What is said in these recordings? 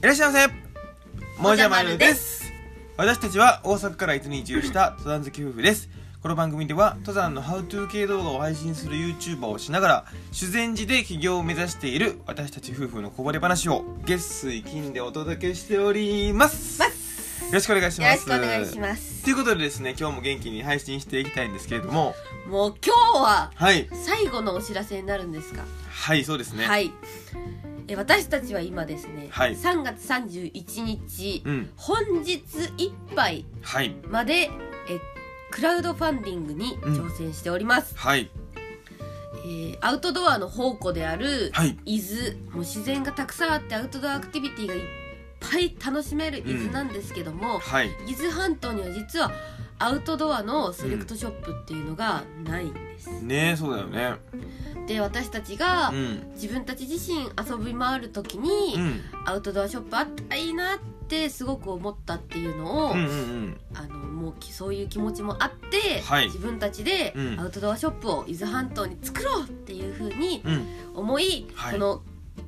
らっしゃいませもじゃまるです私たちは大阪から一年移住 した登山好き夫婦ですこの番組では登山のハウトゥー系動画を配信する YouTuber をしながら修善寺で起業を目指している私たち夫婦のこぼれ話を月水金でお届けしておりますよろしくお願いしよまろしすくお願いしますということでですね今日も元気に配信していきたいんですけれどももう今日ははい最後のお知らせになるんですか、はいそうですねはいえ私たちは今ですね、はい3月31日、うん本日いっぱいはいまでえクラウドファンディングに挑戦しております、はいえーアウトドアの宝庫であるはい伊豆もう自然がたくさんあってアウトドアアクティビティがいっぱい楽しめる伊豆なんですけども、はい伊豆半島には実はアウトドアのセレクトショップっていうのがないんです、ねえそうだよねで私たちがうん自分たち自身遊び回る時に、うんアウトドアショップあったらいいなってすごく思ったっていうのを、うんうんうんあのもうきそういう気持ちもあって、はい自分たちでうんアウトドアショップを伊豆半島に作ろうっていうふうにうん思い、はいこの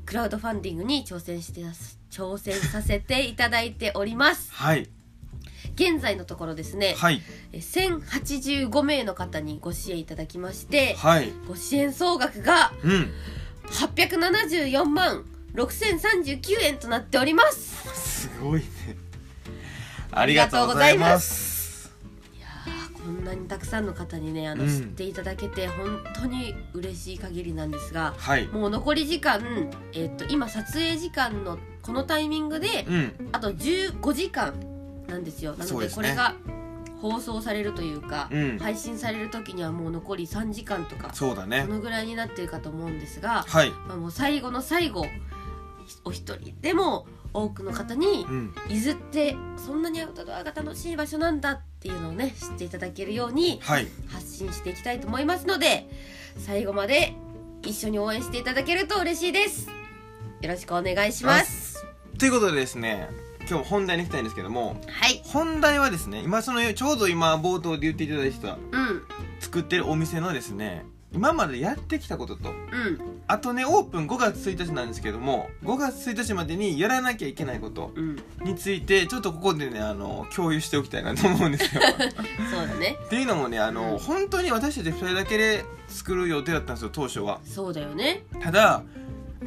クラウドファンディングに挑戦してやす挑戦させていただいておりますはい現在のところですねはいえ1085名の方にご支援いただきましてはいご支援総額がうん874万6039円となっておりますすごいねありりががととううごござざいいまますいやーこんなにたくさんの方にねあの、うん知っていただけて本当に嬉しい限りなんですがはいもう残り時間、えっと今撮影時間のこのタイミングでうんあと15時間なんですよなそのうでですこねれが放送されるというか、うん配信される時にはもう残り3時間とかそうだそねのぐらいになってるかと思うんですが、はいまあ、もう最後の最後お一人でも多くの方にうん伊豆ってそんなにアウトドアが楽しい場所なんだっていうのをね知っていただけるようにはい発信していきたいと思いますので最後まで一緒に応援していただけると嬉しいですよろしくお願いしますということでですね今日本題に行きたいんですけどもはい本題はですね今そのちょうど今冒頭で言っていただいたうん作ってるお店のですね今までやってきたこととうんあとねオープン5月1日なんですけども5月1日までにやらなきゃいけないことうんについてちょっとここでねあの共有しておきたいなと思うんですよそうだねっていうのもねあの、うん本当に私たち2人だけで作る予定だったんですよ当初はそうだよねただ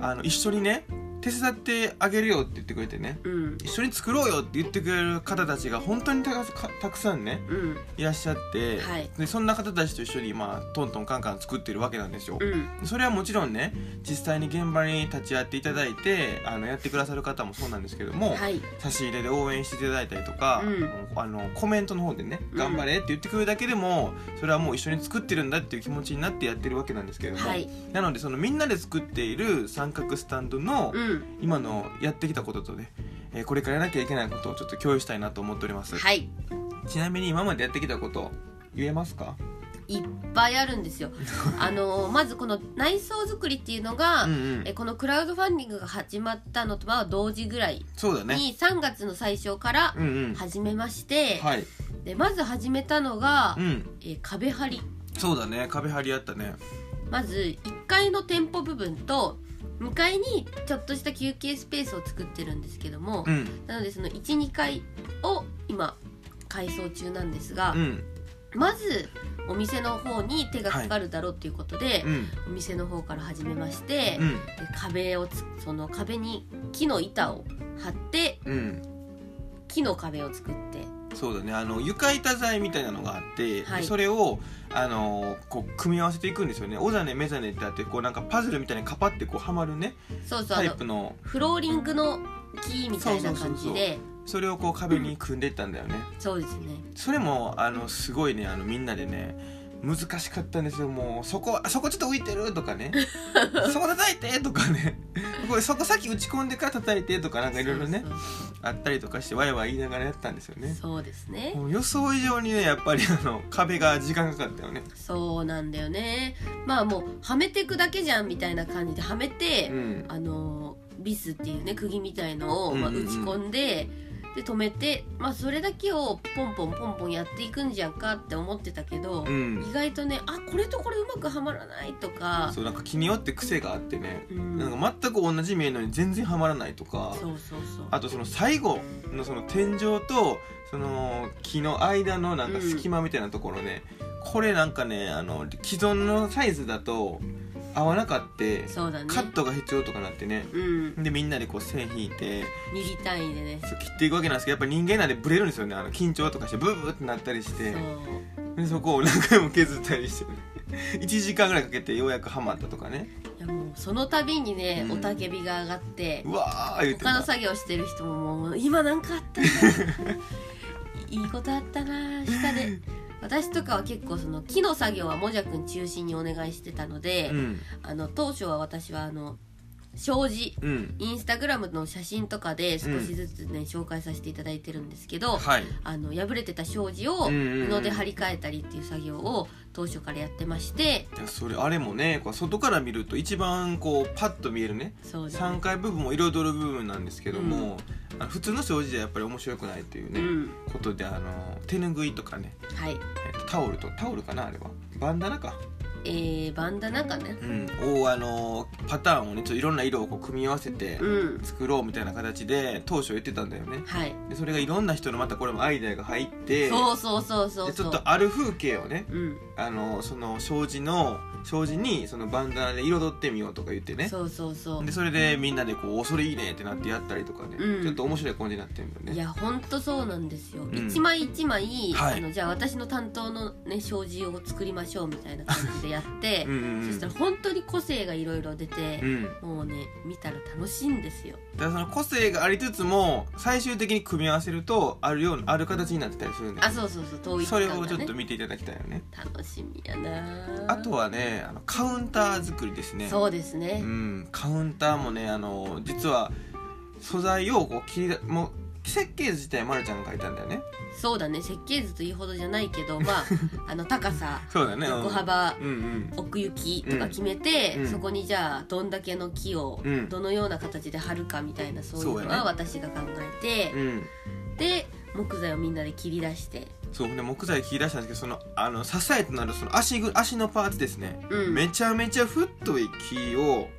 あの一緒にね手伝ってあげるよって言ってくれてねうん一緒に作ろうよって言ってくれる方たちが本当にたかたくさんねうんいらっしゃって、はいでそんな方たちと一緒に今トントンカンカン作ってるわけなんですよ、うんそれはもちろんね実際に現場に立ち会っていただいてあのやってくださる方もそうなんですけども、はい差し入れで応援していただいたりとか、うんもうあのコメントの方でね「うん頑張れ」って言ってくれるだけでもそれはもう一緒に作ってるんだっていう気持ちになってやってるわけなんですけれども、はいなのでそのみんなで作っている三角スタンドのうん今のやってきたこととね、えーこれからやらなきゃいけないことをちょっと共有したいなと思っております、はいちなみに今までやってきたこと言えますかいっぱいある んですよあのまずこの内装作りっていうのが、うんうんえこのクラウドファンディングが始まったのとは同時ぐらいそうだねに3月の最初からうんうん始めまして、はいでまず始めたのが、うんえー壁張りそうだね壁張りあったねまず1階の店舗部分と2階にちょっとした休憩スペースを作ってるんですけども、うんなのでその12階を今改装中なんですが、うんまずお店の方に手がかかるだろうということで、うんお店の方から始めまして、うんで壁をつその壁に木の板を貼ってうん木の壁を作ってそうだねあの床板材みたいなのがあって、はいそれをあのこう組み合わせていくんですよねおざねメザネってあってこうなんかパズルみたいにカパってこうはまるねそうそうあタイのプのフローリングの木みたいな感じでそれをこう壁に組んでったんだよね、そうですねそれもあのすごいねあのみんなでね難しかったんですよもうそこあそこちょっと浮いてるとか ねそこ叩いてとかね これそこさっき打ち込んでから叩いてとかなんかいろいろねそうあったりとかしてワイワイ言いながらやったんですよそうねそうですねもう予想以上にねやっぱりあの壁が時間かかったよねそうなんだよねまあもうはめていくだけじゃんみたいな感じではめて、うんあのービスっていうね釘みたいのを、まあ、う打んうんうんち込んで、で止めて、まあ、それだけをポンポンポンポンやっていくんじゃんかって思ってたけど、うん意外とねあこれとこれうまくはまらないとかそうなんか気によって癖があってね、うんなんか全く同じ見えるのに全然ハマらないとかそうそうそうあとその最後のその天井とその木の間のなんか隙間みたいなところね、これなんかねあの既存のサイズだと合わなかってそうだねカットが必要とかなってねうんでみんなでこう線引いて右単位でねそう切っていくわけなんですけどやっぱ人間なんでブレるんですよねあの緊張とかしてブーブーってなったりしそてうでそこを何回も削ったりして1 時間ぐらいかけてようやくハマったとかねいやもうその度にね、うんおたけびが上がってうわー言って他のた作業してる人ももう今なんかあったな いいことあったな下で私とかは結構その木の作業はもじゃくん中心にお願いしてたので、うんあの当初は私はあの障子うんインスタグラムの写真とかで少しずつね、紹介させていただいてるんですけど、はいあの破れてた障子をうんうんうん布で張り替えたりっていう作業を当初からやってましていやそれあれもねこう外から見ると一番こうパッと見えるねそうだね3階部分を彩る部分なんですけども、あの普通の障子じゃやっぱり面白くないっていううね、んことであの手ぬぐいとかね、はいえっとタオルとタオルかなあれはバンダナか、えー、バンダナかねうん、をあのパターンをねちょっといろんな色をこう組み合わせてうん作ろうみたいな形で当初言ってたんだよねはいでそれがいろんな人のまたこれもアイデアが入ってそうそうそうそうでちそょっうとある風景をねうんあのその障子の障子にそのバンダナで彩ってみようとか言ってねそうそうそうでそれでみんなでこうお「それいいね」ってなってやったりとかね、うんちょっと面白い感じになってるんだよいねやほんとそうなんですよ、ん一枚一枚、はいあのじゃあ私の担当のね障子を作りましょうみたいな感じでやってうんうんうそんしたら本当に個性がいろいろ出てう、ん、もうね見たら楽しいんですよだからその個性がありつつも最終的に組み合わせるとあるようなある形になってたりするんだあよ、ね、そうそうそう統一それ感をちがょっねと見ていただきたいよね楽しみやなあとはねあのカウンター作りですねそうですね、うん、カウンターもねあの実は素材をこう切りだもう設計図自体まるちゃんが書いたんだよねそうだね設計図というほどじゃないけど まああの高さそうだねうん横幅うんうん奥行きとか決めて、うんそこにじゃあどんだけの木をうんどのような形で貼るかみたいなそういうそうのやはね私が考えて、うんで木材をみんなで切り出してそうね木材切り出したんですけどそのあの支えとなるその足ぐ足のパーツですね、うんめちゃめちゃ太い木を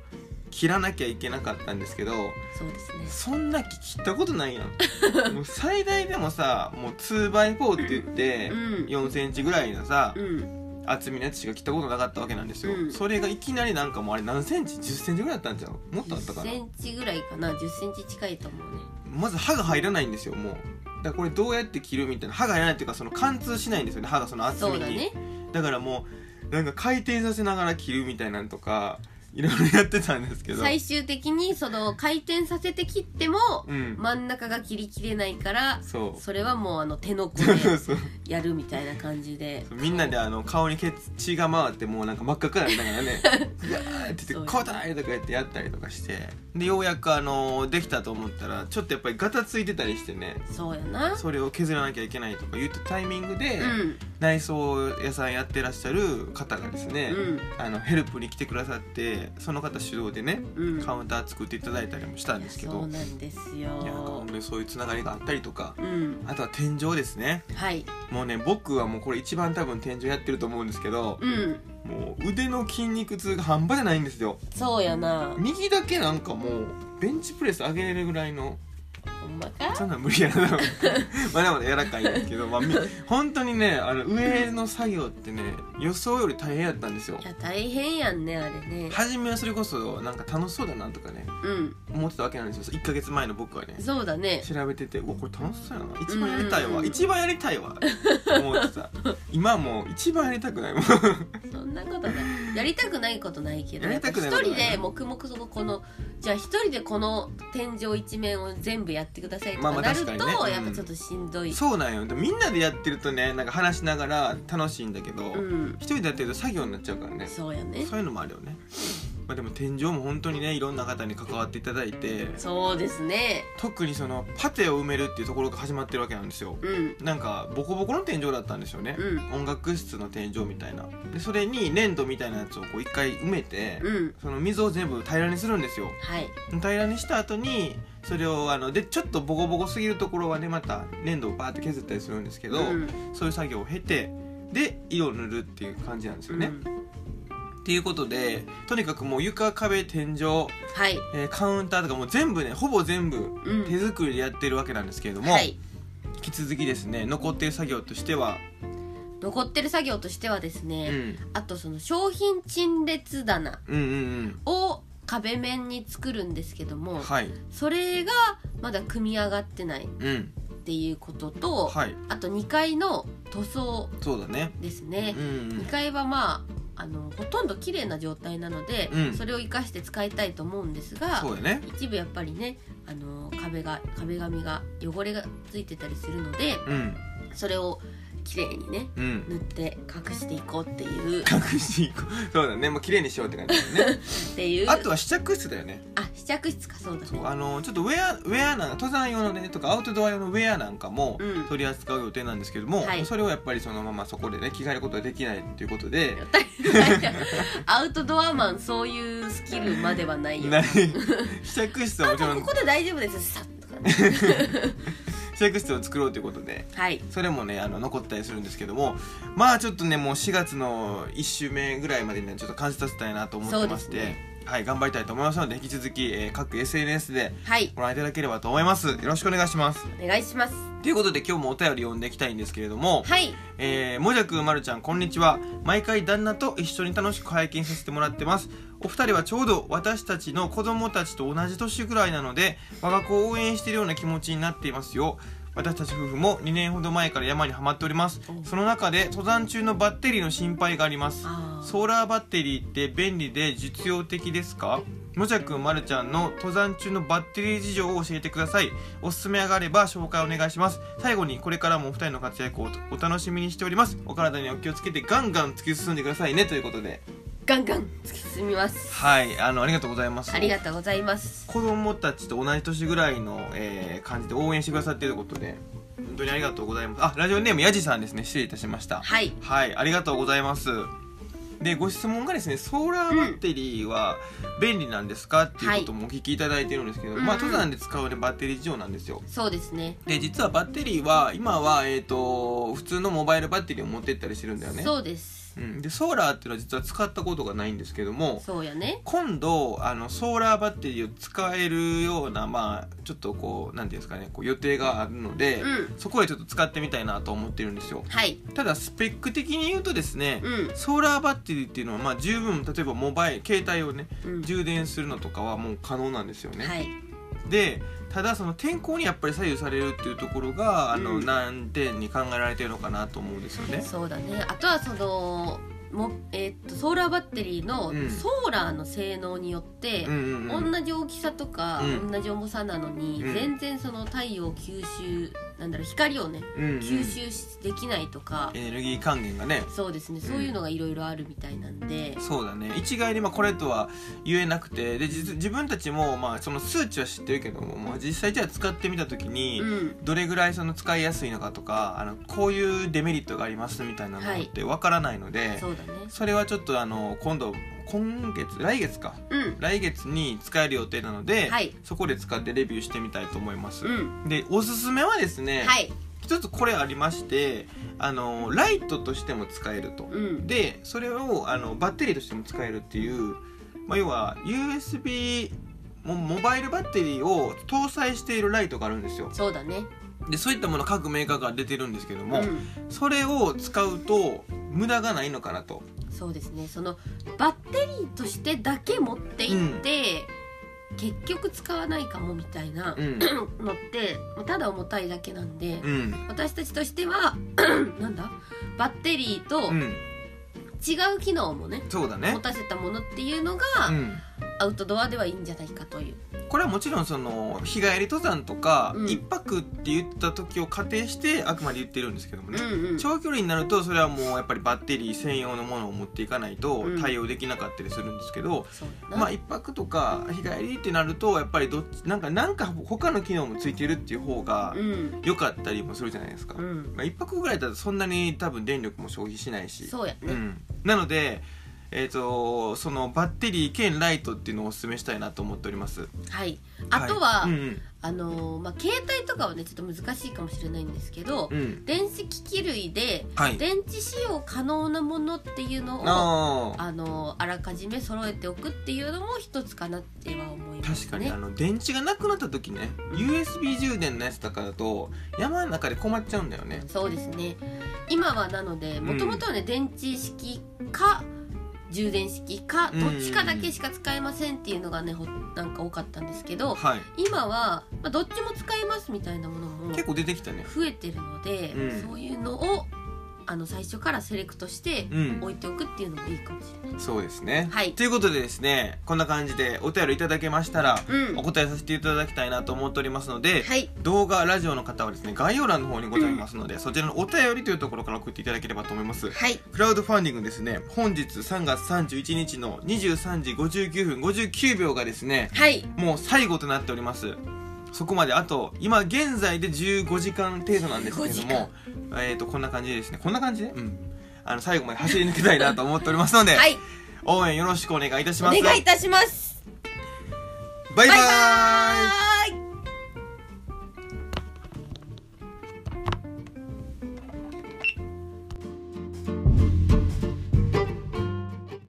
切らなきゃいけなかったんですけどそうですねそんな木切ったことないや んもう最大でもさもう 2x4 って言ってうん4センチぐらいのさうん厚みのやつしか切ったことなかったわけなんですよ、うんそれがいきなりなんかもうあれ何センチ1 0センチぐらいだったんじゃんもっとあった10かなセンチぐらいかな10センチ近いと思うねまず歯が入らないんですよもうだからこれどうやって切るみたいな歯が入らないっていうかその貫通しないんですよね歯がその厚みにそうだねだからもうなんか回転させながら切るみたいなんとかいろいろやってたんですけど最終的にその回転させて切ってもうん、真ん中が切りきれないからそうそれはもうあの手の甲そうそう でそうやるみたいな感 じでみんなであの顔に血が回ってもうなんか真っ赤くなりながら ね「うわーって言そっうて「こうだ!」とかやってやったりとかしてでようやくあのできたと思ったらちょっとやっぱりガタついてたりしてねそうやなそれを削らなきゃいけないとか言ったタイミングで、うん内装屋さんやってらっしゃる方がですね、うんあのヘルプに来てくださってその方主導でねうんカウンター作っていただいたりもしたんですけいやそどうなんですいやなんかよ本当にそういうつながりがあったりとかうんあとは天井ですねはいもうね僕はもうこれ一番多分天井やってると思うんですけどうんもう腕の筋肉痛が半端じゃないんですよそうやな右だけなんかもうベンチプレス上げれるぐらいのほんまそかんなん無理やな だろうまだまだ柔らかいんですけど、まあ、 み本当にねあの上の作業ってね予想より大変やったんですよいや大変やんねあれね初めはそれこそなんか楽しそうだなとかねうん思ってたわけなんですよ1ヶ月前の僕はねそうだね調べてて「うわこれ楽しそうやな一番やりたいうんうんうわん一番やりたい わ」思ってた今はもう一番やりたくないもんそんなことないやりたくないことないけどややりっぱたくな一いことない人で黙々とこのじゃあ一人でこの天井一面を全部やってくださいとまあまかあなると、確かにねやっうぱんちょっとしんどい、そうなんよでもみんなでやってるとねなんか話しながら楽しいんだけど、うん一人でやってると作業になっちゃうからねそうやねそういうのもあるよねまあ、でも天井も本当にねいろんな方に関わっていただいてそうですね特にそのパテを埋めるっていうところが始まってるわけなんですようんなんかボコボコの天井だったんですよね、うん音楽室の天井みたいなでそれに粘土みたいなやつをこう一回埋めて、うんその水を全部平らにするんですよはい平らにした後にそれをあのでちょっとボコボコすぎるところはねまた粘土をバーって削ったりするんですけど、うんそういう作業を経てで色を塗るっていう感じなんですよね、うんっていうことでとにかくもう床壁天井、はいえーカウンターとかもう全部ねほぼ全部うん手作りでやってるわけなんですけれども、はい引き続きですね残ってる作業としては、残ってる作業としてはですうん、ね、うんあとその商品陳列棚うんうんを壁面に作るんですけども、はいそれがまだ組み上がってないうんっていうことと、はいあと2階の塗装そうだねですうねん、うん2階はまああのほとんど綺麗な状態なので、うんそれを生かして使いたいと思うんですがそうだね一部やっぱりねあの壁が壁紙が汚れがついてたりするのでうんそれを綺麗にねうん塗って隠していこうっ ていうっ隠していこうそうだねもう綺麗にしようって感じだよねていうあとは試着室だよねあ試着室かそうだそうねあのちょっとウェアウェアなん登山用のねとかアウトドア用のウェアなんかもうん取り扱う予定なんですけども、はいそれをやっぱりそのままそこでね着替えることができないっていうことで アウトドアマンそういうスキルまではないよ ない試着室はもちろあんここで大丈夫ですさっとかね試着室を作ろうということではいそれもねあの残ったりするんですけどもまあちょっとねもう4月の1週目ぐらいまでにねちょっと完成させたいなと思ってましそうて、ですはい頑張りたいと思いますので引き続き、えー各 SNS ではいご覧いただければと思いますよろしくお願いしますお願いしますということで今日もお便り読んでいきたいんですけれども、はいえー、もじゃくんまるちゃんこんにちは毎回旦那と一緒に楽しく拝見させてもらってますお二人はちょうど私たちの子供たちと同じ年ぐらいなので我が子を応援しているような気持ちになっていますよ私たち夫婦も2年ほど前から山にはまっておりますおその中で登山中のバッテリーの心配がありますあーソーラーバッテリーって便利で実用的ですかもじゃくんまるちゃんの登山中のバッテリー事情を教えてくださいおすすめがあれば紹介お願いします最後にこれからもお二人の活躍をお楽しみにしておりますお体にお気をつけてガンガン突き進んでくださいねということでガンガン突き進みますはいあのありがとうございますありがとうございます子供たちと同じ年ぐらいの、えー感じで応援してくださっていることで本当にありがとうございますあラジオネームやじさんですね失礼いたしましたはいはい、ありがとうございます。で、ご質問がですね、ソーラーバッテリーは便利なんですか、っていうこともお聞きいただいてるんですけど、はいまあうんうん登山で使うねバッテリー事情なんですよ。そうですねで、実はバッテリーは今はえっ、と普通のモバイルバッテリーを持ってったりしてるんだよね。そうですうん、で、ソーラーっていうのは実は使ったことがないんですけども。そうやね今度あのソーラーバッテリーを使えるようなまあちょっとこうなんていうんですかねこう予定があるので、うんそこでちょっと使ってみたいなと思ってるんですよはいただスペック的に言うとですね、うんソーラーバッテリーっていうのはまあ十分例えばモバイル携帯をねうん充電するのとかはもう可能なんですよね、はいでただその天候にやっぱり左右されるっていうところがあうのん難点に考えられてるのかなと思うんですよね、そうだねあとはそのも、えーっとソーラーバッテリーのうんソーラーの性能によって、うんうんうん、同じ大きさとか、うん同じ重さなのに、うん全然その太陽を吸収なんだろう光をねうんうん吸収しできないとか、エネルギー還元がねそうですねそういうのがいろいろあるみたいなんで、そうだね一概にまあこれとは言えなくてで実自分たちもまあその数値は知ってるけども、まあ、実際じゃあ使ってみた時に、うんどれぐらいその使いやすいのかとかあのこういうデメリットがありますみたいなはのいってわからないので、そうだねそれはちょっとあの今度今月来月かうん来月に使える予定なので、はいそこで使ってレビューしてみたいと思います、うんでおすすめはですね、はい一つこれありましてあのライトとしても使えると、うんでそれをあのバッテリーとしても使えるっていう、まあ、要は USB モモバイルバッテリーを搭載しているライトがあるんですよそうだねでそういったもの各メーカーから出てるんですけども、うんそれを使うと無駄がないのかなとそうですねそのバッテリーとしてだけ持っていって、結局使わないかもみたいな うんのって、まあただ重たいだけなんで、うん私たちとしては なんだバッテリーとうん違う機能もねそうだ持ねたせたものっていうのが、うんアウトドアではいいんじゃないかというこれはもちろんその日帰り登山とか、うん一泊って言った時を仮定してあくまで言ってるんですけどもね、うんうん長距離になるとそれはもうやっぱりバッテリー専用のものを持っていかないとうん対応できなかったりするんですけど、そうやな、まあ一泊とか日帰りってなるとやっぱりどっちなんかなんか他の機能もついてるっていう方がうん良かったりもするじゃないですか、うんまあ、一泊ぐらいだとそんなに多分電力も消費しないしそうやね、うん、なので、えー、とそのバッテリー兼ライトっていうのをおすすめしたいなと思っておりますはいあとは、いうんあのーまあ、携帯とかはねちょっと難しいかもしれないんですけど、うんうん電子機器類ではい電池使用可能なものっていうのをあああのーあらかじめ揃えておくっていうのも一つかなっては思います確ねかにあの電池がなくなった時ね USB 充電のやつとかだと山の中で困っちゃうんだよねそうですね今はなのでもともとはね、電池式か充電式かうんどっちかだけしか使えませんっていうのがねほなんか多かったんですけどはい今は、まあ、どっちも使えますみたいなものも結構出てきたね増えてるので、うんそういうのをあの最初からセレクトしてうん置いておくっていうのもいいかもしれない。そうですねはいということでですねこんな感じでお便りいただけましたらうんお答えさせていただきたいなと思っておりますので、はい、動画ラジオの方はですね概要欄の方にございますので、そちらのお便りというところから送っていただければと思いますはい、クラウドファンディングですね本日3月31日の23時59分59秒がですねはい、もう最後となっておりますそこまであと今現在で15時間程度なんですけれどもえー、とこんな感じでですねこんな感じでうんあの最後まで走り抜けたいなと思っております ので、はい、応援よろしくお願いいたしおます願いいたします。バイババーイイバーイ